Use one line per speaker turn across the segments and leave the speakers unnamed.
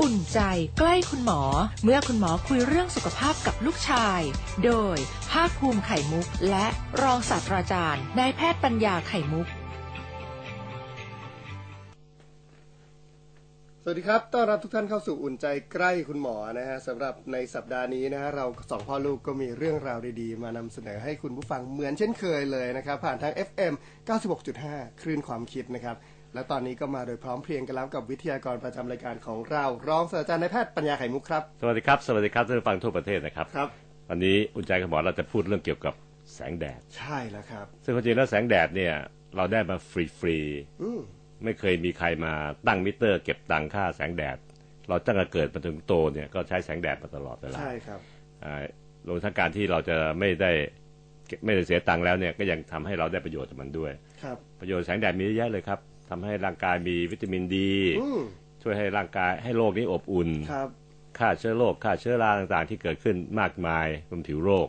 อุ่นใจใกล้คุณหมอ เมื่อคุณหมอคุยเรื่องสุขภาพกับลูกชาย โดยภาคภูมิไข่มุก และรองศาสตราจารย์นายแพทย์ปัญญาไข่มุก
สวัสดีครับ ต้อนรับทุกท่านเข้าสู่อุ่นใจใกล้คุณหมอนะฮะสำหรับในสัปดาห์นี้นะฮะเราสองพ่อลูกก็มีเรื่องราวดีๆ มานำเสนอให้คุณผู้ฟังเหมือนเช่นเคยเลยนะครับ ผ่านทาง FM 96.5 คลื่นความคิดนะครับ และตอนนี้ก็มาโดยพร้อมเพรียงกันแล้วกับวิทยากรประจำรายการของเรา รองศาสตราจารย์นายแพทย์ปัญญาไข่มุกครับ
สวัสดีครับ สวัสดีครับท่านผู้ฟังทั่วประเทศนะครับ
ครับ
วันนี้อุ่นใจกับหมอเราจะพูดเรื่องเกี่ยวกับแสงแดด
ใช่แล้วครับ
ซึ่งความจริงแล้วแสงแดดเนี่ยเราได้มาฟรี
อืม
ๆ ไม่เคยมีใครมาตั้งมิเตอร์ เก็บตังค่าแสงแดด เราตั้งแต่เกิดมาจนโตเนี่ยก็ใช้แสงแดดมาตลอดเวลา
ใช่ครับ
อ่ารวมทั้งการที่เราจะไม่ได้เก็บไม่ได้เสียตังค์แล้วเนี่ยก็ยังทำให้เราได้ประโยชน์จากมันด้วย
ครับ
ประโยชน์แสงแดดมีเยอะแยะเลยครับทำให้ร่างกายมีวิตามินดี
อืม
ช่วยให้ร่างกายให้โลกนี้อบอุ่น
ครับ
ฆ่าเชื้อโรคฆ่าเชื้อราต่างๆ ที่เกิดขึ้นมากมายรวมถึงโรค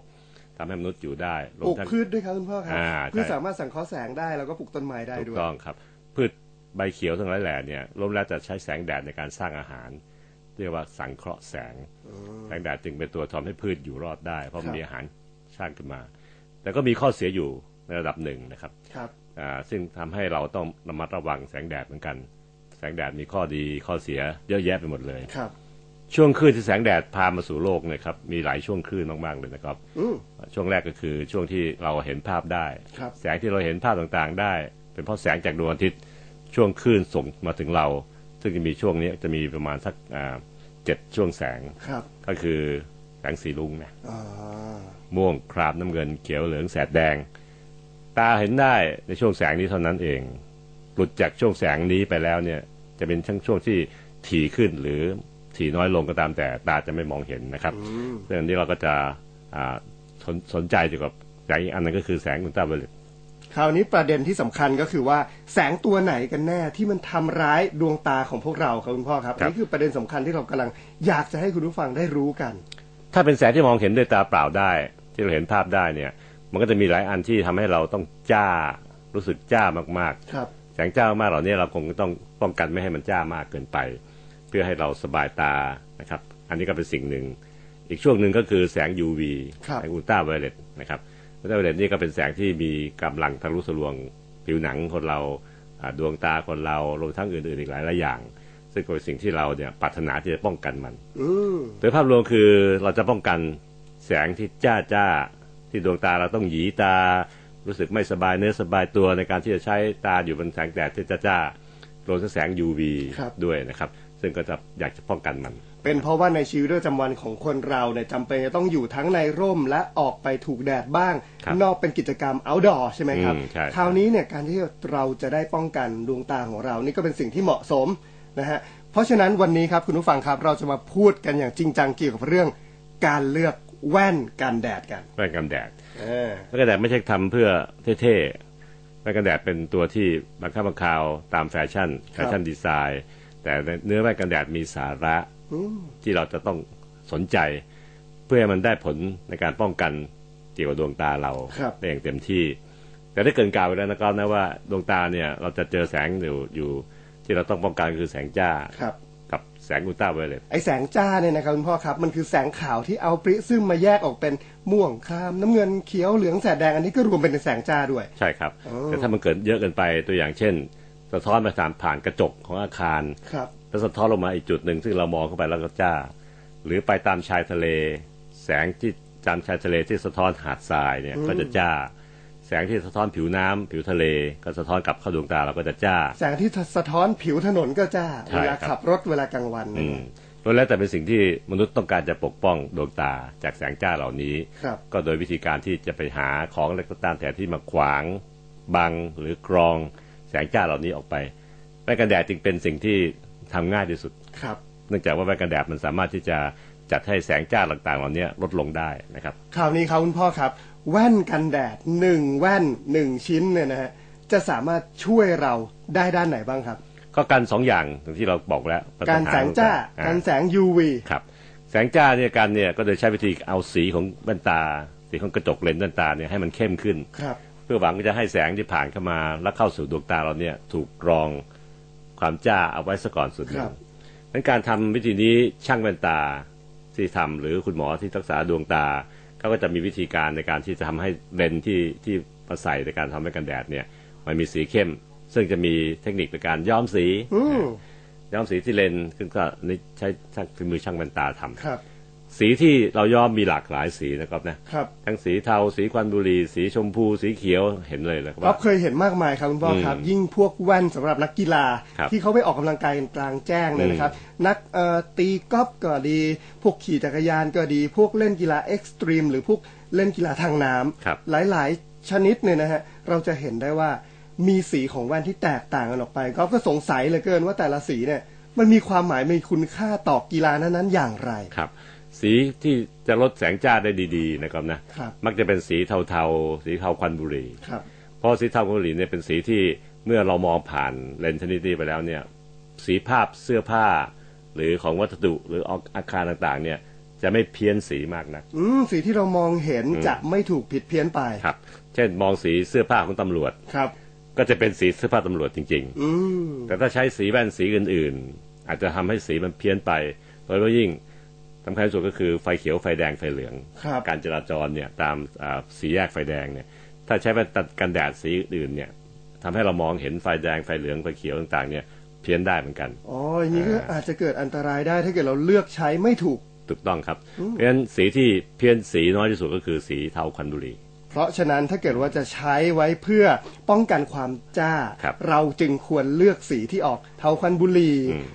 ทำให้มนุษย์อยู่ได้รว
ปลู
ม
ก
ทั้ง
พืชด้วยครับคุณพ่อครับ
อ่า
พืช
ใช่
สามารถสังเคราะห์แสงได้แล้วก็ปลูกต้นไม้ได้
ถูก
ด้วย
ต้องครับ พืชใบเขียวทั้งหลายแหล่เนี่ยล้มแล้วจะใช้แสงแดดในการสร้างอาหาร เรียกว่าสังเคราะห์แสง แสงแดดจึงเป็นตัวทำให้พืชอยู่รอดได้ เพราะ
ครับ
มีอาหารสร้างขึ้นมา แต่ก็มีข้อเสียอยู่ในระดับหนึ่งนะครับ
ครับ
อ่าซึ่งทำให้เราต้องระมัดระวังแสงแดดเหมือนกัน แสงแดดมีข้อดีข้อเสียเยอะแยะไปหมดเลย
ครับ
ช่วงคลื่นที่แสงแดดพามาสู่โลกเนะครับมีหลายช่วงคลื่นมากๆเลยนะครับ
อืม
ช่วงแรกก็คือช่วงที่เราเห็นภาพได้
ครับ
แสงที่เราเห็นภาพต่างๆ ได้ เป็นเพราะแสงจากดวงอาทิตย์ช่วงคลื่นส่งมาถึงเรา ซึ่งจะมีช่วงนี้จะมีประมาณสักอ่าเจ็ดช่วงแสง
ครับ
ก็คือแสงสีรุ้งนะ
อ่า
ม่วงครามน้ำเงินเขียวเหลืองแสดแดง ตาเห็นได้ในช่วงแสงนี้เท่านั้นเองหลุดจากช่วงแสงนี้ไปแล้วเนี่ยจะเป็นช่วงที่ถี่ขึ้นหรือถี่น้อยลงก็ตามแต่ตาจะไม่มองเห็นนะครับเรื่องนี้เราก็จะอ่าสนสนใจเกี่ยวกับแสงอีกอันนั้นก็คือแสงอุลตราไวโอเลต
คราวนี้ประเด็นที่สำคัญก็คือว่าแสงตัวไหนกันแน่ที่มันทำร้ายดวงตาของพวกเราครับคุณพ่อครับ
ค
อัน
รับ
นี่คือประเด็นสำคัญที่เรากำลังอยากจะให้คุณผู้ฟังได้รู้กัน
ถ้าเป็นแสงที่มองเห็นด้วยตาเปล่าได้ ที่เราเห็นภาพได้เนี่ย มันก็จะมีหลายอันที่ทำให้เราต้องจ้ารู้สึกจ้ามาก
ครับ
ๆ แสงจ้ามากๆเหล่านี้เราคงต้องป้องกันไม่ให้มันจ้ามากเกินไป เพื่อให้เราสบายตานะครับ อันนี้ก็เป็นสิ่งหนึ่ง อีกช่วงหนึ่งก็คือแสง UV
ครับ
แสงอุลตราไวโอเลตนะครับอุลตราไวโอเลตนี่ก็เป็นแสงที่มีกำลังทะลุทะลวงผิวหนังคนเราอ่าดวงตาคนเรารวมทั้งอื่นๆอีกหลายหลายๆอย่าง ซึ่งก็เป็นสิ่งที่เราเนี่ยปรารถนาที่จะป้องกันมัน
อืม
โดยภาพรวมคือเราจะป้องกันแสงที่จ้าจ้าๆที่ดวงตาเราต้องหยีตา รู้สึกไม่สบายเนื้อสบายตัวในการที่จะใช้ตาอยู่บนแสงแดดที่จ้าจ้าๆรวมทั้งแสง UV ด้วยนะครับ ซึ่งก็จะอยากจะป้องกันมัน
เป็นเพราะว่าในชีวิตประจำวันของคนเราเนี่ยจำเป็นจะต้องอยู่ทั้งในร่มและออกไปถูกแดดบ้าง
ครับ
นอกเป็นกิจกรรม outdoor ใช่ไหมครับ
อืมใช่
คราวนี้เนี่ยการที่เราจะได้ป้องกันดวงตาของเรานี่ก็เป็นสิ่งที่เหมาะสมนะฮะ เพราะฉะนั้นวันนี้ครับคุณผู้ฟังครับเราจะมาพูดกันอย่างจริงจังเกี่ยวกับเรื่อง การเลือกแว่นกันแดดกัน
แว่นกันแดด
เออ
แว่นกันแดดไม่ใช่ทำเพื่อเท่ๆแว่นกันแดดเป็นตัวที่บังคับบังคาวตามแฟชั่นแฟชั่นดีไซน์ แต่เนื้อแว่นกันแดดมีสาระ
อืม
ที่เราจะต้องสนใจ เพื่อให้มันได้ผลในการป้องกันเกี่ยวกับดวงตาเรา
ครับ
ได้อย่างเต็มที่ แต่ได้เกรินกล่าวไปแล้วนะครับนะว่าดวงตาเนี่ยเราจะเจอแสงอยู่อยู่ ที่เราต้องป้องกันคือแสงจ้า
ครับ
กับแสงอุลตราไวโอเลต
ไอแสงจ้าเนี่ยนะครับคุณพ่อครับมันคือแสงขาวที่เอาปริซึมมาแยกออกเป็นม่วงคราม น้ำเงินเขียวเหลืองแสดแดงอันนี้ก็รวมเป็นแสงจ้าด้วย
ใช่ครับ
โอ้
แต่ถ้ามันเกิดเยอะเกินไปตัวอย่างเช่น สะท้อนมาสามผ่านกระจกของอาคาร
ครับ
แล้วสะท้อนลงมาอีกจุดหนึ่งซึ่งเรามองเข้าไปแล้วก็จ้า หรือไปตามชายทะเล แสงที่ตามชายทะเลที่สะท้อนหาดทรายเนี่ยก็จะจ้า แสงที่สะท้อนผิวน้ำผิวทะเล ก็สะท้อนกลับเข้าดวงตาเราก็จะจ้า
แสงที่สะท้อนผิวถนนก็จ้า
ใช่
เวลา
ครับ
ขับรถเวลากลางวัน
อืมล้วนแล้วแต่เป็นสิ่งที่มนุษย์ต้องการจะปกป้องดวงตาจากแสงจ้าเหล่านี้
ครับ
ก็โดยวิธีการที่จะไปหาของอะไรก็ตามแต่ที่มาขวาง บังหรือกรองแสงจ้าเหล่านี้ออกไปแว่นกันแดดจึงเป็นสิ่งที่ทำง่ายที่สุด
ครับ
เนื่องจากว่าแว่นกันแดดมันสามารถที่จะจัดให้แสงจ้าต่างๆเหล่านี้ลดลงได้นะครับ
คราวนี้ครับคุณพ่อครับ แว่นกันแดดหนึ่งแว่นหนึ่งชิ้นเนี่ยนะฮะจะสามารถช่วยเราได้ด้านไหนบ้างครับ
ก็การสองอย่างอย่างที่เราบอกแล้วปัญห
การแสงจ้า
อ่
การแสง UV
ครับแสงจ้าเนี่ยการเนี่ยก็โดยใช้วิธีเอาสีของแว่นตา สีของกระจกเลนส์แว่นตาเนี่ยให้มันเข้มขึ้น
ครับ
เพื่อหวังจะให้แสงที่ผ่านเข้ามาและเข้าสู่ดวงตาเราเนี่ยถูกกรองความจ้าเอาไว้ซะก่อนสุดหนึ่
ครั
ง
บ
งั้นการทำวิธีนี้ช่างแว่นตาที่ทำหรือคุณหมอที่รักษาดวงตาเขาก็จะมีวิธีการในการที่จะทำให้เลนส์ที่ที่มาใส่ในการทำให้กันแดดเนี่ยมันมีสีเข้ม ซึ่งจะมีเทคนิคในการย้อมสี
อืม
ย้อมสีที่เลนส์ซึ่งก็นี่ใช้ช่างมือช่างแว่นตาทำ
ครับ
สีที่เราย้อมมีหลากหลายสีนะครับนะครับ ทั้งสีเทาสีควันบุหรี่สีชมพูสีเขียวเห็นเลยแล้ว
ก๊อ
ว่า
ฟเคยเห็นมากมายครับคุณพ่ออ
ม
ครับ ยิ่งพวกแว่นสำหรับนักกีฬา
ครับ
ที่เขาไปออกกำลังกายกันกลางแจ้งเนี่ยนะครับ นักเอ่อตีกอล์ฟก็ดี พวกขี่จักรยานก็ดี พวกเล่นกีฬาเอ็กซ์ตรีมหรือพวกเล่นกีฬาทางน้
ครับ
ำหลายๆ ชนิดเนี่ยนะฮะเราจะเห็นได้ว่ามีสีของแว่นที่แตกต่างกันออกไปก๊อฟก็สงสัยเหลือเกินว่าแต่ละสีเนี่ยมันมีความหมายมีคุณค่าต่อกีฬานั้นๆอย่างไร
ครับสีที่จะลดแสงจ้าได้ดีๆนะครับนะครับ มักจะเป็นสีเทาๆ สีเทาควันบุหรี่
ครับ
เพราะสีเทาควันบุหรี่เนี่ยเป็นสีที่เมื่อเรามองผ่านเลนส์ชนิดนี้ไปแล้วเนี่ยสีภาพเสื้อผ้า หรือของวัสดุหรืออาคารต่างๆเนี่ยจะไม่เพี้ยนสีมากนัก
อืมสีที่เรามองเห็นจะไม่ถูกผิดเพี้ยนไป
ครับเช่นมองสีเสื้อผ้าของตำรวจ
ครับ
ก็จะเป็นสีเสื้อผ้าตำรวจจริง
อืม
ๆ แต่ถ้าใช้สีแว่นสีอื่น ๆ อาจจะทำให้สีมันเพี้ยนไปโดยเฉพาะยิ่งสำคัญที่สุดก็คือไฟเขียวไฟแดงไฟเหลือง
ครับ
การจราจรเนี่ยตามอ่าสีแยกไฟแดงเนี่ยถ้าใช้แว่นตัดกันแดดสีอื่นๆเนี่ยทำให้เรามองเห็นไฟแดงไฟเหลืองไฟเขียวต่างๆเนี่ยเพี้ยนได้เหมือนกัน
อ๋ออย่างนี้ก็อาจจะเกิดอันตรายได้ถ้าเกิดเราเลือกใช้ไม่ถูก
ถูกต้องครับ เพราะฉะนั้นสีที่เพี้ยนสีน้อยที่สุดก็คือสีเทาควันบุหรี่
เพราะฉะนั้นถ้าเกิดว่าจะใช้ไว้เพื่อป้องกันความจ้า
ครับ
เราจึงควรเลือกสีที่ออกเทาควันบุหรี่
อืม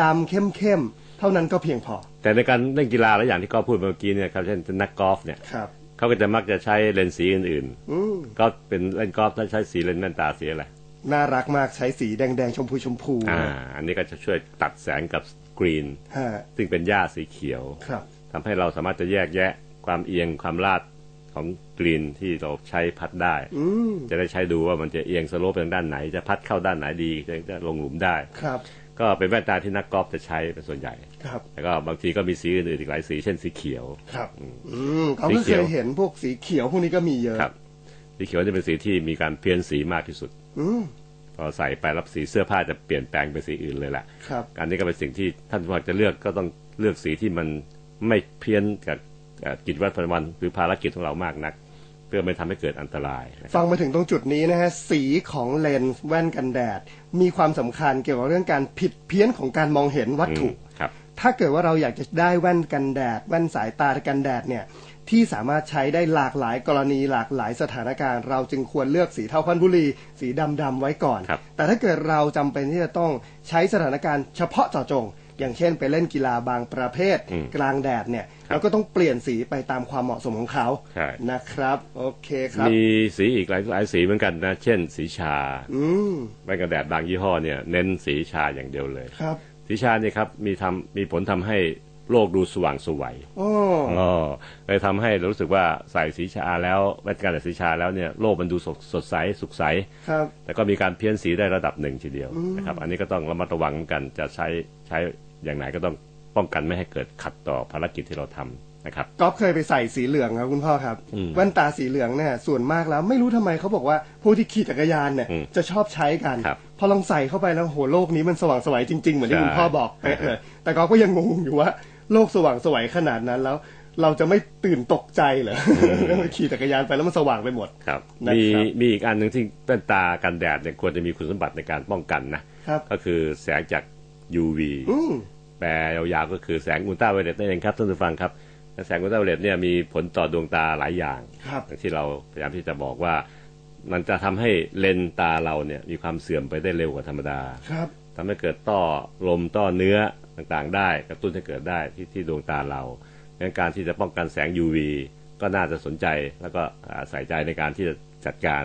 ดำๆเข้มๆ เท่านั้นก็เพียงพอ
แต่ในการเล่นกีฬาและอย่างที่ก็พูดเมื่อกี้เนี่ยครับเช่นนักกอล์ฟเนี่ย
ครับ
เขาก็จะมักจะใช้เลนส์สีอื่น
อืม
ๆ ก็เป็นเลนส์กอล์ฟถ้าใช้สีเลนส์แว่นตาสีอะไร
น่ารักมากใช้สีแดงๆ ชมพูชมพู
อ่า อันนี้ก็จะช่วยตัดแสงกับกรีน
ฮะ
ซึ่งเป็นหญ้าสีเขียว
ครับ
ทำให้เราสามารถจะแยกแยะความเอียงความลาดของกรีนที่เราใช้พัดได้
อืม
จะได้ใช้ดูว่ามันจะเอียงสโลปทางด้านไหน จะพัดเข้าด้านไหนดีจะจะลงหลุมได้
ครับ
ก็เป็นแว่นตาที่นักกอล์ฟจะใช้เป็นส่วนใหญ่
ครับ
แล้วก็บางทีก็มีสีอื่นๆอีกหลายสี เช่นสีเขียว
ครับอืมเขาก็
สีเขี
เค
ยว
ยเห็นพวกสีเขียวพวกนี้ก็มีเยอะ
ครับ สีเขียวจะเป็นสีที่มีการเพี้ยนสีมากที่สุด
อืม
พอใส่ไปรับสีเสื้อผ้าจะเปลี่ยนแปลงเป็นสีอื่นเลยแหละ
ครับ
อันนี้ก็เป็นสิ่งที่ท่านผู้ฟังจะเลือกก็ต้องเลือกสีที่มันไม่เพี้ยนกับเอ่อกิจวัตรประจำวันหรือภารกิจของเรามากนัก เพื่อไม่ทำให้เกิดอันตรายนะครับ
ฟังมาถึงตรงจุดนี้นะฮะสีของเลนส์แว่นกันแดด มีความสำคัญเกี่ยวกับเรื่องการผิดเพี้ยนของการมองเห็นวัตถุ
อืมครับ
ถ้าเกิดว่าเราอยากจะได้แว่นกันแดด แว่นสายตากันแดดเนี่ยที่สามารถใช้ได้หลากหลายกรณีหลากหลายสถานการณ์ เราจึงควรเลือกสีเทาควันบุหรี่สีดำดำๆไว้ก่อน
ครับ
แต่ถ้าเกิดเราจำเป็นที่จะต้องใช้สถานการณ์เฉพาะเจาะจง อย่างเช่นไปเล่นกีฬาบางประเภท
อืม
กลางแดดเนี่ยเราก็ต้องเปลี่ยนสีไปตามความเหมาะสมของเขา
ใช่
นะครับโอเคครับ
มีสีอีกหลายหลายสีเหมือนกันนะ เช่น สีชา
อืม
แว่นกันแดดบางยี่ห้อเนี่ยเน้นสีชาอย่างเดียวเลย
ครับ
สีชาเนี่ยครับมีทำมีผลทำให้โลกดูสว่างสวย
โอ้
อ๋อเลยทำให้เรารู้สึกว่าใส่สีชาแล้วแว่นกันแดดสีชาแล้วเนี่ยโลกมันดูสดสดใสสุขใส
ครับ
แต่ก็มีการเพี้ยนสีได้ระดับหนึ่งทีเดียวนะครับ อันนี้ก็ต้องระมัดระวังเหมือนกันจะใช้ใช้อย่างไหนก็ต้องป้องกันไม่ให้เกิดขัดต่อภารกิจที่เราทำนะครับ
ก๊อฟเคยไปใส่สีเหลืองครับคุณพ่อครับ
อืม
แว่นตาสีเหลืองเนี่ยส่วนมากแล้วไม่รู้ทำไมเขาบอกว่าผู้ที่ขี่จักรยานเนี่ย
อืม
จะชอบใช้กัน
ครับ
พอลองใส่เข้าไปแล้วโหโลกนี้มันสว่างไสวัยจริง ๆ เหมือนที่
ใช่
คุณพ่อบอกเป๊ะเลยแต่ก๊อฟก็ยังงงอยู่ว่าโลกสว่างไสวัยขนาดนั้นแล้ว เราจะไม่ตื่นตกใจเหรออ ขี่จักรยานไปแล้วมันสว่างไปหมด
ครับ
นะครับ
มีมีอีกอันหนึ่งที่แว่นตากันแดดเนี่ยควรจะมีคุณสมบัติในการป้องกันนะครับ ก็คือแสงจาก UV
อืม
แปลยาวๆก็คือแสงอุลตราไวโอเลตนั่นเองครับท่านผู้ฟังครับและแสงอุลตราไวโอเลตเนี่ยมีผลต่อดวงตาหลายอย่าง
ครับ
อย่างที่เราพยายามที่จะบอกว่ามันจะทำให้เลนส์ตาเราเนี่ยมีความเสื่อมไปได้เร็วกว่าธรรมดา
ครับ
ทำให้เกิดต้อลมต้อเนื้อต่างๆ ได้กระตุ้นให้เกิดได้ที่ที่ดวงตาเราดังนั้นการที่จะป้องกันแสง UV ก็น่าจะสนใจแล้วก็อ่าใส่ใจในการที่จะจัดการ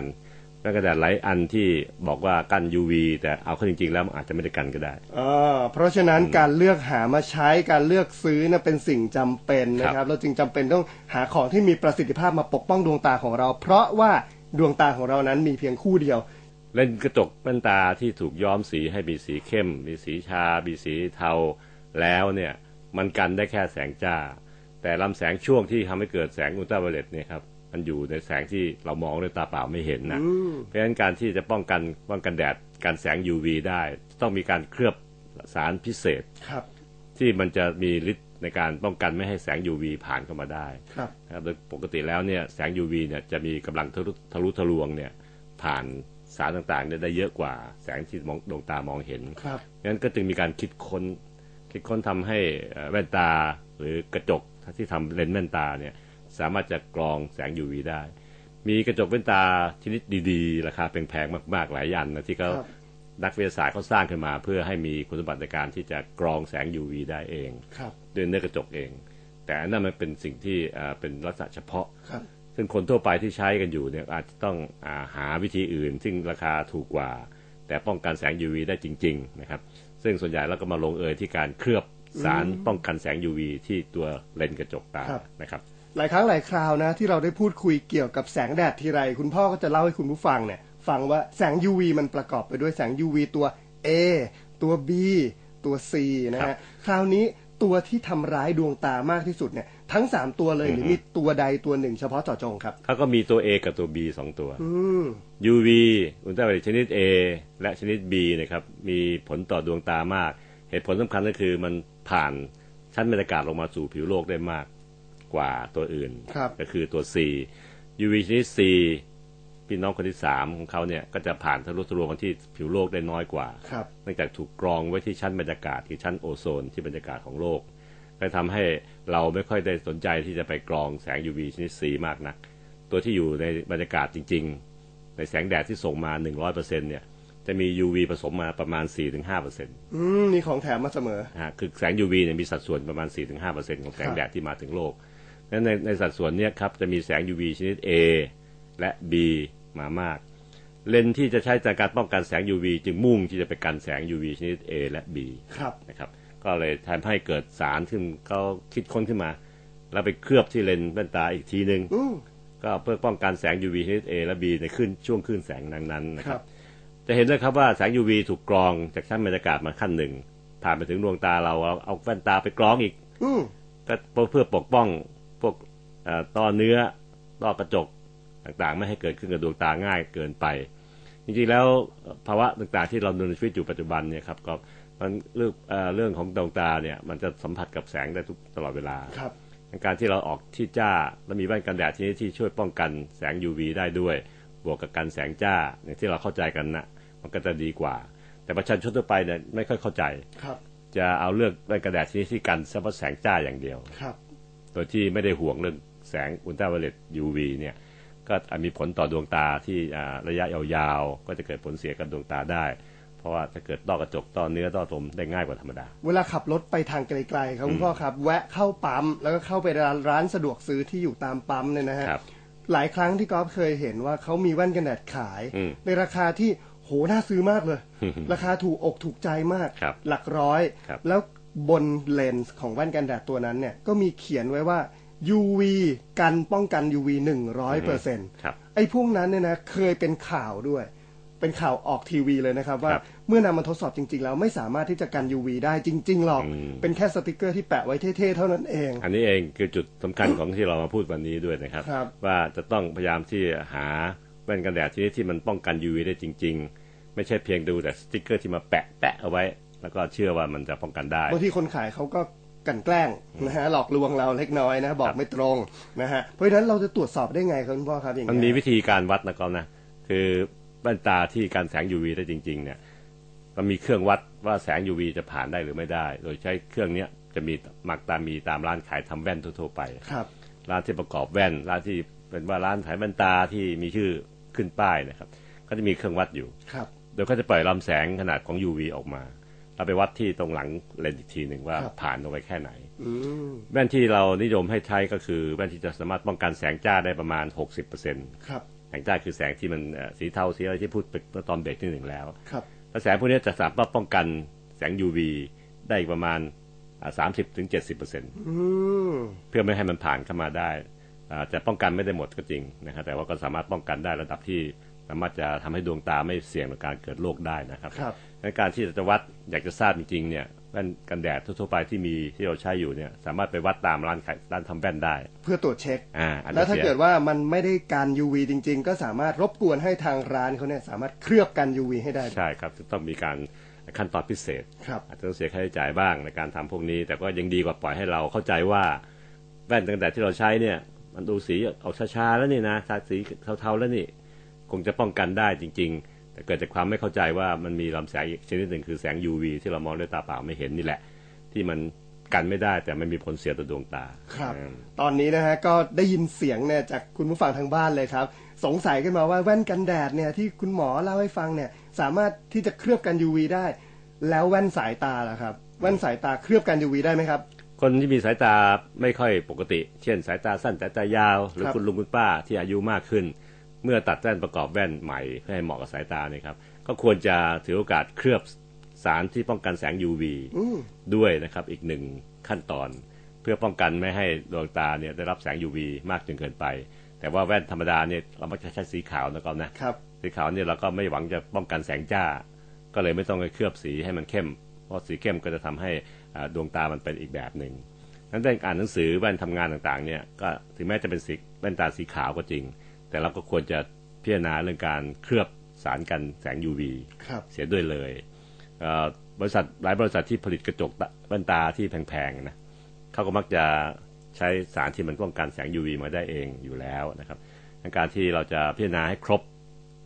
แม้กระทั่งหลายอันที่บอกว่ากัน UV แต่เอาเข้าจริงๆ แล้วมันอาจจะไม่ได้กันก็ได้
อ่าเพราะฉะนั้นการเลือกหามาใช้การเลือกซื้อนะเป็นสิ่งจำเป็นนะค
ค
รั
รั
บบ เราจึงจำเป็นต้องหาของที่มีประสิทธิภาพมาปกป้องดวงตาของเรา เพราะว่าดวงตาของเรานั้นมีเพียงคู่เดียว
เล่นส์กระจกแว่นตาที่ถูกย้อมสีให้มีสีเข้ม มีสีชา มีสีเทา แล้วเนี่ยมันกันได้แค่แสงจ้า แต่ลำแสงช่วงที่ทำให้เกิดแสงอุลตราไวโอเลตเนี่ยครับมันอยู่ในแสงที่เรามองด้วยตาเปล่าไม่เห็นนะเพราะฉะนั้นการที่จะป้องกันป้องกันแดดการแสง UV ได้ ต้องมีการเคลือบสารพิเศษ
ครับ
ที่มันจะมีฤทธิ์ในการป้องกันไม่ให้แสง UV ผ่านเข้ามาได้
ครับ
นะครับโดยปกติแล้วเนี่ยแสง UV เนี่ยจะมีกำลังทะลุทะลุทะลวงเนี่ยผ่านสารต่างๆเนี่ยได้เยอะกว่าแสงที่มองดวงตามองเห็น
ครับ
งั้นก็จึงมีการคิดค้นคิดค้นทำให้เอ่อแว่นตาหรือกระจกที่ทำเลนส์แว่นตาเนี่ยสามารถจะกรองแสง UV ได้ มีกระจกแว่นตาชนิดดีๆ ราคาแพงๆมากๆหลายอันนะที่เขา
ครับ
นักวิทยาศาสตร์เขาสร้างขึ้นมา เพื่อให้มีคุณสมบัติในการที่จะกรองแสง UV ได้เอง
ครับ
ด้วยเนื้อกระจกเอง แต่อันนั้นมันเป็นสิ่งที่เอ่อเป็นลักษณะเฉพาะ
ครับ
ซึ่งคนทั่วไปที่ใช้กันอยู่เนี่ยอาจจะต้องอาหาวิธีอื่น ซึ่งราคาถูกกว่า แต่ป้องกันแสง UV ได้จริง ๆ นะครับ ซึ่งส่วนใหญ่เราก็มาลงเอยที่การเคลือบสารป้องกันแสง UV ที่ตัวเลนส์กระจกตา
ครับ
นะครับ
หลายครั้งหลายคราวนะที่เราได้พูดคุยเกี่ยวกับแสงแดดทีไร คุณพ่อก็จะเล่าให้คุณผู้ฟังเนี่ยฟังว่าแสง UV มันประกอบไปด้วยแสง UV ตัว A ตัว B ตัว C นะ
ครั
ฮะ
บ
คราวนี้ตัวที่ทำร้ายดวงตามากที่สุดเนี่ยทั้งสามตัวเลยหรือมีตัวใดตัวหนึ่งเฉพาะเจาะจงครับ
เขาก็มีตัว A กับตัว B สองตัว
อืม
UV อุลตราไวโอเลตชนิด A และชนิด B นะครับมีผลต่อดวงตามาก เหตุผลสำคัญก็คือมันผ่านชั้นบรรยากาศลงมาสู่ผิวโลกได้มากกว่าตัวอื่น
ครับ
ก็คือตัว C UV ชนิด C พี่น้องคนที่ 3 ของเขาเนี่ยก็จะผ่านทะลุทะลวงมาที่ผิวโลกได้น้อยกว่า
ครับ
เนื่องจากถูกกรองไว้ที่ชั้นบรรยากาศคือชั้นโอโซนที่บรรยากาศของโลกและทำให้เราไม่ค่อยได้สนใจที่จะไปกรองแสง UV ชนิดสีมากนัก ตัวที่อยู่ในบรรยากาศจริง ๆ ในแสงแดดที่ส่งมา 100%เนี่ยจะมี UV ผสมมาประมาณ 4-5%น
อืมมีของแถมมาเสมอ
ะฮะคือแสง UV เนี่ยมีสัดส่วนประมาณ 4-5%ของแสงแดดที่มาถึงโลกนั้นในในสัดส่วนเนี่ยครับจะมีแสง UV ชนิด A และ B มามาก เลนส์ที่จะใช้จากการป้องกันแสง UV จึงมุ่งที่จะไปกันแสง UV ชนิด A และ B
ครับ
นะครับก็เลยทำให้เกิดสารที่เขาคิดค้นขึ้นมา แล้วไปเคลือบที่เลนส์แว่นตาอีกทีหนึ่ง
อืม
ก็เพื่อป้องกันแสง UV ชนิด A และ B ในขึ้นช่วงขึ้นแสงนั้นๆนะค
ครั
รับ บจะเห็นเลยครับว่าแสง UV ถูกกรองจากชั้นบรรยากาศมาขั้นหนึ่ง ผ่านไปถึงดวงตาเราเราเอาแว่นตาไปกรองอีก
อืม
ก็เพื่อปกป้องพวกเอ่อต้อเนื้อต้อกระจกต่างๆ ไม่ให้เกิดขึ้นกับดวงตาง่ายเกินไป จริงๆแล้วเอ่อภาวะต่างๆที่เราดำเนินชีวิตอยู่ปัจจุบันเนี่ยครับก็มันเรื่องเอ่อเรื่องของดวงตาเนี่ยมันจะสัมผัสกับแสงได้ทุกตลอดเวลา
ครับ
การที่เราออกที่จ้าและมีแว่นกันแดดที่นี้ที่ช่วยป้องกันแสง UV ได้ด้วย บวกกับกันแสงจ้าอย่างที่เราเข้าใจกันนะมันก็จะดีกว่า แต่ประชาชนทั่วไปเนี่ยไม่ค่อยเข้าใจ
ครับ
จะเอาเลือกแว่นกันแดดชนิดที่กันเฉพาะแสงจ้าอย่างเดียว
ครับ
โดยที่ไม่ได้ห่วงเรื่องแสงอุลตราไวโอเลต UV เนี่ยก็อาจมีผลต่อดวงตาที่อ่าระยะยาวๆ ก็จะเกิดผลเสียกับดวงตาได้ เพราะว่าถ้าเกิดต้อกระจกต้อเนื้อต้อลมได้ง่ายกว่าธรรมดา
เวลาขับรถไปทางไกลๆครับคุณพ่อครับ แวะเข้าปั๊มแล้วก็เข้าไปร้านร้านสะดวกซื้อที่อยู่ตามปั๊มเนี่ยนะฮะ
ครับ
หลายครั้งที่กอล์ฟเคยเห็นว่าเขามีแว่นกันแดดขาย
อืม
ในราคาที่โหน่าซื้อมากเลย ราคาถูกอกถูกใจมาก
ครับ
หลักร้อย
ครับ
แล้วบนเลนส์ของแว่นกันแดดตัวนั้นเนี่ยก็มีเขียนไว้ว่า UV กันป้องกัน UV 100เปอร์เซ็นต์
ครับ
ไอ้พวกนั้นเนี่ยนะเคยเป็นข่าวด้วย เป็นข่าวออกทีวีเลยนะครับ ว่า
ครับ
เมื่อนำมาทดสอบจริง ๆ แล้วไม่สามารถที่จะกัน UV ได้จริง ๆ หรอก
อืม
เป็นแค่สติกเกอร์ที่แปะไว้เท่ๆ เท่านั้นเอง
อันนี้เองคือจุดสำคัญของที่เรามาพูดวันนี้ด้วยนะครับ
ครับ
ว่าจะต้องพยายามที่หาแว่นกันแดดชนิดที่มันป้องกัน UV ได้จริง ๆ ไม่ใช่เพียงดูแต่สติ๊กเกอร์ที่มาแปะแปะๆเอาไว้ แล้วก็เชื่อว่ามันจะป้องกันได้
บางทีคนขายเขาก็กลันแกล้งนะฮะหลอกลวงเราเล็กน้อยนะ บอกไม่ตรงนะฮะเพราะฉะนั้นเราจะตรวจสอบได้ไงครับคุณพ่อครับอย่าง
มัน
เงี้ย
มีวิธีการวัดนะก็นะคือแว่นตาที่การแสง UV ได้จริง ๆ เนี่ยมันมีเครื่องวัดว่าแสง UV จะผ่านได้หรือไม่ได้ โดยใช้เครื่องเนี้ยจะมีมักตามมีตามร้านขายทำแว่นทั่วๆไป
ครับ
ร้านที่ประกอบแว่น ร้านที่เป็นว่าร้านขายแว่นตาที่มีชื่อขึ้นป้ายนะครับก็จะมีเครื่องวัดอยู่
ครับ
โดยเขาจะปล่อยลำแสงขนาดของ UV ออกมาเราไปวัดที่ตรงหลังเลนส์อีกทีหนึ่งว่า
ครับ
ผ่านลงไปแค่ไหน
อืม
แว่นที่เรานิยมให้ใช้ก็คือแว่นที่จะสามารถป้องกันแสงจ้าได้ประมาณ 60%
ครับ
แสงจ้าคือแสงที่มันเอ่อสีเทาสีอะไรที่พูดไปเมื่อตอนเบรกที่หนึ่งแล้ว
ครับ
แล้วแสงพวกนี้จะสามารถป้องกันแสง UV ได้อีกประมาณสามสิบถึงเจ็ดสิบเปอร์เซ็นต์
อืม
เพื่อไม่ให้มันผ่านเข้ามาได้อ่าจะป้องกันไม่ได้หมดก็จริงนะครับแต่ว่าก็สามารถป้องกันได้ระดับที่สามารถจะทำให้ดวงตาไม่เสี่ยงต่อการเกิดโรคได้นะครับ
ครับ
งั้นการที่จะวัดอยากจะทราบจริงๆเนี่ยแว่นกันแดดทั่วๆไปที่มีที่เราใช้อยู่เนี่ยสามารถไปวัดตามร้านขายร้านทำแว่นได้
เพื่อตรวจเช็ค
อ่าอัน
แล้
นี้
วถ้า
สีย
เกิดว่ามันไม่ได้การ UV จริง ๆ ก็สามารถรบกวนให้ทางร้านเขาเนี่ยสามารถเคลือบกัน UV ให้ได้
ใช่ครับจะต้องมีการ ขั้นตอนพิเศษ
ครับ
อาจจะต้องเสียค่าใช้จ่ายบ้างในการทำพวกนี้ แต่ก็ยังดีกว่าปล่อยให้เราเข้าใจว่า แว่นตั้งแต่ที่เราใช้เนี่ย มันดูสีออกช้าๆแล้วนี่นะทาสีเทาๆแล้วนี่ คงจะป้องกันได้จริง ๆ แต่เกิดจากความไม่เข้าใจว่ามันมีลำแสงอีกชนิดหนึ่งคือแสง UV ที่เรามองด้วยตาเปล่าไม่เห็นนี่แหละ ที่มันกันไม่ได้แต่มันมีผลเสียต่อดวงตา
ครับ
อืม
ตอนนี้นะฮะก็ได้ยินเสียงเนี่ยจากคุณผู้ฟังทางบ้านเลยครับ สงสัยกันมาว่าแว่นกันแดดเนี่ยที่คุณหมอเล่าให้ฟังเนี่ยสามารถที่จะเคลือบกัน UV ได้ แล้วแว่นสายตาล่ะครับ แว่นสายตาเคลือบกัน UV ได้ไหมครับ
คนที่มีสายตาไม่ค่อยปกติ เช่น สายตาสั้นสายตายาว หรือ
ครับ
คุณลุงคุณป้าที่อายุมากขึ้น เมื่อตัดแว่นประกอบแว่นใหม่เพื่อให้เหมาะกับสายตาเนี่ยครับ ก็ควรจะถือโอกาสเคลือบสารที่ป้องกันแสง UV
อืม
ด้วยนะครับอีกหนึ่งขั้นตอน เพื่อป้องกันไม่ให้ดวงตาเนี่ยได้รับแสง UV มากจนเกินไป แต่ว่าแว่นธรรมดาเนี่ยเรามักจะใช้สีขาวนะครับนะ
ครับ
สีขาวเนี่ยเราก็ไม่หวังจะป้องกันแสงจ้า ก็เลยไม่ต้องไปเคลือบสีให้มันเข้ม เพราะสีเข้มก็จะทำให้อ่าดวงตามันเป็นอีกแบบหนึ่งนั้นได้อ่านหนังสือแว่นทำงานต่างๆเนี่ยก็ถึงแม้จะเป็นสีแว่นตาสีขาวก็จริง แต่เราก็ควรจะพิจารณาเรื่องการเคลือบสารกันแสง UV
ครับ
เสียด้วยเลยเอ่อบริษัทหลายบริษัทที่ผลิตกระจกตาแว่นตาที่แพงๆนะเขาก็มักจะใช้สารที่มันป้องกันแสง UV มาได้เองอยู่แล้วนะครับดังการที่เราจะพิจารณาให้ครบ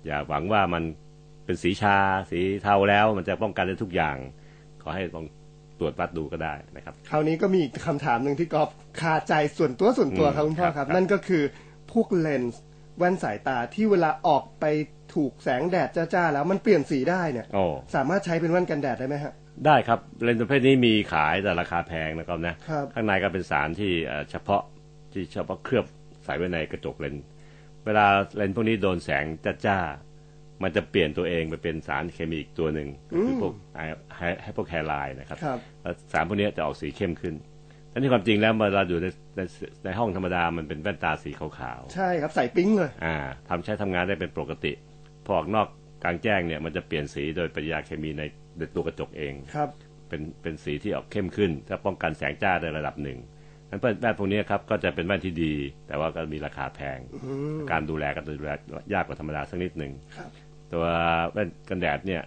อย่าหวังว่ามันเป็นสีชา สีเทาแล้ว มันจะป้องกันได้ทุกอย่าง ขอให้ลองตรวจวัดดูก็ได้นะครับ
คราวนี้ก็มีอีกคำถามหนึ่งที่กอฟคาใจส่วนตัวส่วนตัวครับ
อืม
คุณพ่อค
ครั
รับ
บครับ
นั่นก็คือพวกเลนส์แว่นสายตาที่เวลาออกไปถูกแสงแดดจ้าๆแล้วมันเปลี่ยนสีได้เนี่ย
โอ้
สามารถใช้เป็นแว่นกันแดดได้ไหมฮะ
ได้ครับเลนส์ประเภทนี้มีขายแต่ราคาแพงนะครับนะครับ ข้างในก็เป็นสารที่เอ่อเฉพาะที่เฉพาะเคลือบใส่ไว้ในกระจกเลนส์เวลาเลนส์พวกนี้โดนแสงจ้าๆมันจะเปลี่ยนตัวเองไปเป็นสารเคมีอีกตัวหนึ่งก็คือพวกไฮโปแคไลน์นะครับ
ครับ
แล้วสารพวกนี้จะออกสีเข้มขึ้นนั่นที่ความจริงแล้วเวลาอยู่ในในในห้องธรรมดามันเป็นแว่นตาสีขาว
ใช่ครับใส่ปิ๊งเลย
ๆอ่าทำใช้ทำงานได้เป็นปกติ พอออกนอกกลางแจ้งเนี่ยมันจะเปลี่ยนสีโดยปฏิกิริยาเคมีในในตัวกระจกเอง
ครับ
เป็นเป็นสีที่ออกเข้มขึ้นถ้าป้องกันแสงจ้าในระดับหนึ่งนั้นแว่นแว่นพวกนี้ครับก็จะเป็นแว่นที่ดี แต่ว่าก็มีราคาแพง การดูแลก็จะดูแลยากกว่าธรรมดาสักนิดหนึ่ง
ครับ
ตัวแว่นกันแดดเนี่ย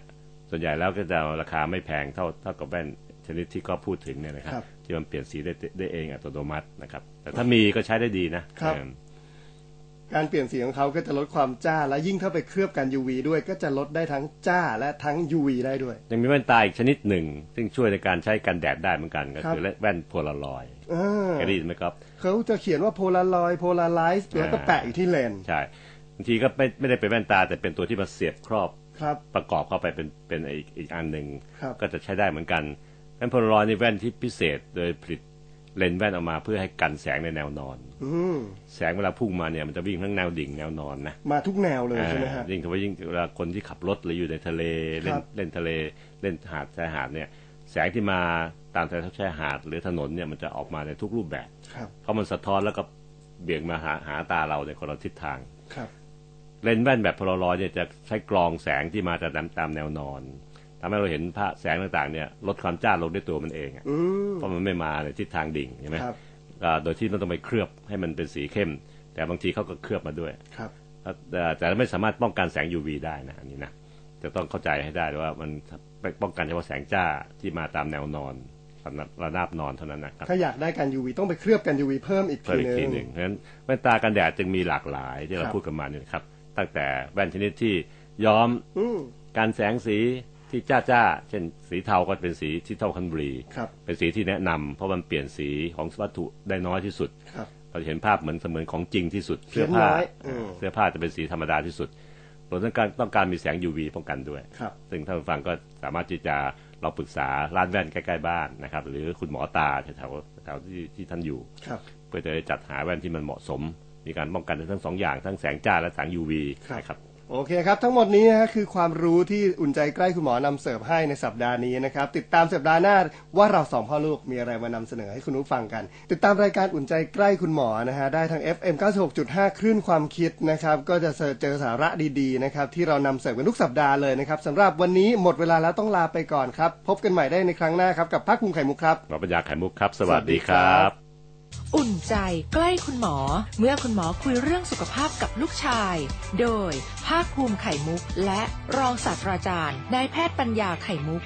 ส่วนใหญ่แล้วก็จะราคาไม่แพงเท่าเท่ากับแว่นชนิดที่ก็พูดถึงเนี่ยนะครับ
ครับ
ที่มันเปลี่ยนสีได้ได้เองอัตโนมัตินะครับ แต่ถ้ามีก็ใช้ได้ดีนะครับ เออ
การเปลี่ยนสีของเขาก็จะลดความจ้า และยิ่งถ้าไปเคลือบกัน UV ด้วยก็จะลดได้ทั้งจ้าและทั้ง UV ได้ด้วย
ยังมีแว่นตาอีกชนิดหนึ่ง ซึ่งช่วยในการใช้กันแดดได้เหมือนกันก็คือแว่นโพลารอยด์
เออ
เคยได้ยินไหมครับ
เขาจะเขียนว่าโพลารอยโพลา r i ซ์แล้วก็แปะอยู่ที่เลน
ใช่บางทีก็ไม่ไม่ได้เป็นแว่นตา แต่เป็นตัวที่มาเสียบครอบ
ครับ
ประกอบเข้าไปเป็นเป็นอีกอีกอันหนึ่ง
ครับ
ก็จะใช้ได้เหมือนกันแว่นโพลารอยด์นี่แว่นที่พิเศษโดยผลิตเลนส์แว่นออกมาเพื่อให้กันแสงในแนวนอน
อืม
แสงเวลาพุ่งมาเนี่ยมันจะวิ่งทั้งแนวดิ่งแนวนอนนะ
มาทุกแนวเลยใช่ไหมฮะ
อ่ายิ่งถ้าว่ายิ่งเวลาคนที่ขับรถหรืออยู่ในทะเลเล่
คน รับ
เล่นทะเลเล่นหาดชายหาดเนี่ยแสงที่มาตามชายชายหาดหรือถนนเนี่ยมันจะออกมาในทุกรูปแบบ
ครับ
เพราะมันสะท้อนแล้วก็เบี่ยงมาหาหาตาเราในคนละทิศทาง
ครับ
เลนส์แว่นแบบโพลารอยด์เนี่ยจะใช้กรองแสงที่มาจากตามตามแนวนอนทำให้เราเห็นพระแสงต่างๆเนี่ยลดความจ้าลงด้วยตัวมันเองอะ
อืม
เพราะมันไม่มาในทิศทางดิ่งใช่ไหม
ครับ
อ่าโดยที่ไม่ต้องไปเคลือบให้มันเป็นสีเข้ม แต่บางทีเขาก็เคลือบมาด้วย
ครับ
แล้วแต่แต่ไม่สามารถป้องกันแสง UV ได้นะอันนี้นะจะต้องเข้าใจให้ได้ว่ามันไปป้องกันเฉพาะแสงจ้าที่มาตามแนวนอนสำหรับระนาบนอนเท่านั้นนะครับ
ถ้าอยากได้กัน UV ต้องไปเคลือบกัน UV เพิ่มอีก
เพิ่
ที
มอีกที
ห
ห
นึ่
นึ่
ง
งเพราะฉะนั้นแว่นตากันแดดจึงมีหลากหลายที่
ค
เรา
รับ
พูดกันมาเนี่ยนะครับ ตั้งแต่แว่นชนิดที่ย้อม
อืม
การแสงสีที่จ้าจ้าๆเช่นสีเทาก็เป็นสีที่เทาคันบุรี
ครับ
เป็นสีที่แนะนำเพราะมันเปลี่ยนสีของวัตถุได้น้อยที่สุด
ครับ
เราจะเห็นภาพเหมือนเสมือนของจริงที่สุด
เขียน
ผ้า
น้อยอืม
เสื้อผ้าจะเป็นสีธรรมดาที่สุดเราต้องการต้องการมีแสง UV ป้องกันด้วย
ครับ
ซึ่งท่านผู้ฟังก็สามารถที่จะเราปรึกษาร้านแว่นใกล้ๆบ้านนะครับ หรือคุณหมอตาแถวๆแถวที่ที่ท่านอยู่
ครับ
เพื่อจะได้จัดหาแว่นที่มันเหมาะสม มีการป้องกันทั้งสองอย่าง ทั้งแสงจ้าและแสง UV
ครับ
นะครับ
โอเคครับ ทั้งหมดนี้นะฮะคือความรู้ที่อุ่นใจใกล้คุณหมอนำเสิร์ฟให้ในสัปดาห์นี้นะครับ ติดตามสัปดาห์หน้าว่าเราสองพ่อลูกมีอะไรมานำเสนอให้คุณผู้ฟังกัน ติดตามรายการอุ่นใจใกล้คุณหมอนะฮะได้ทาง FM 96.5 คลื่นความคิดนะครับ ก็จะเจอสาระดีๆนะครับที่เรานำเสิร์ฟกันทุกสัปดาห์เลยนะครับสำหรับวันนี้หมดเวลาแล้วต้องลาไปก่อนครับ พบกันใหม่ได้ในครั้งหน้าครับกับภาคภูมิไข่มุกครับ
หมอปัญญาไข่มุกครับ สวั
สวั
สดีค
ส
รั
ดีครับ
บ
อุ่นใจใกล้คุณหมอ เมื่อคุณหมอคุยเรื่องสุขภาพกับลูกชาย โดยภาคภูมิไข่มุก และรองศาสตราจารย์นายแพทย์ปัญญาไข่มุก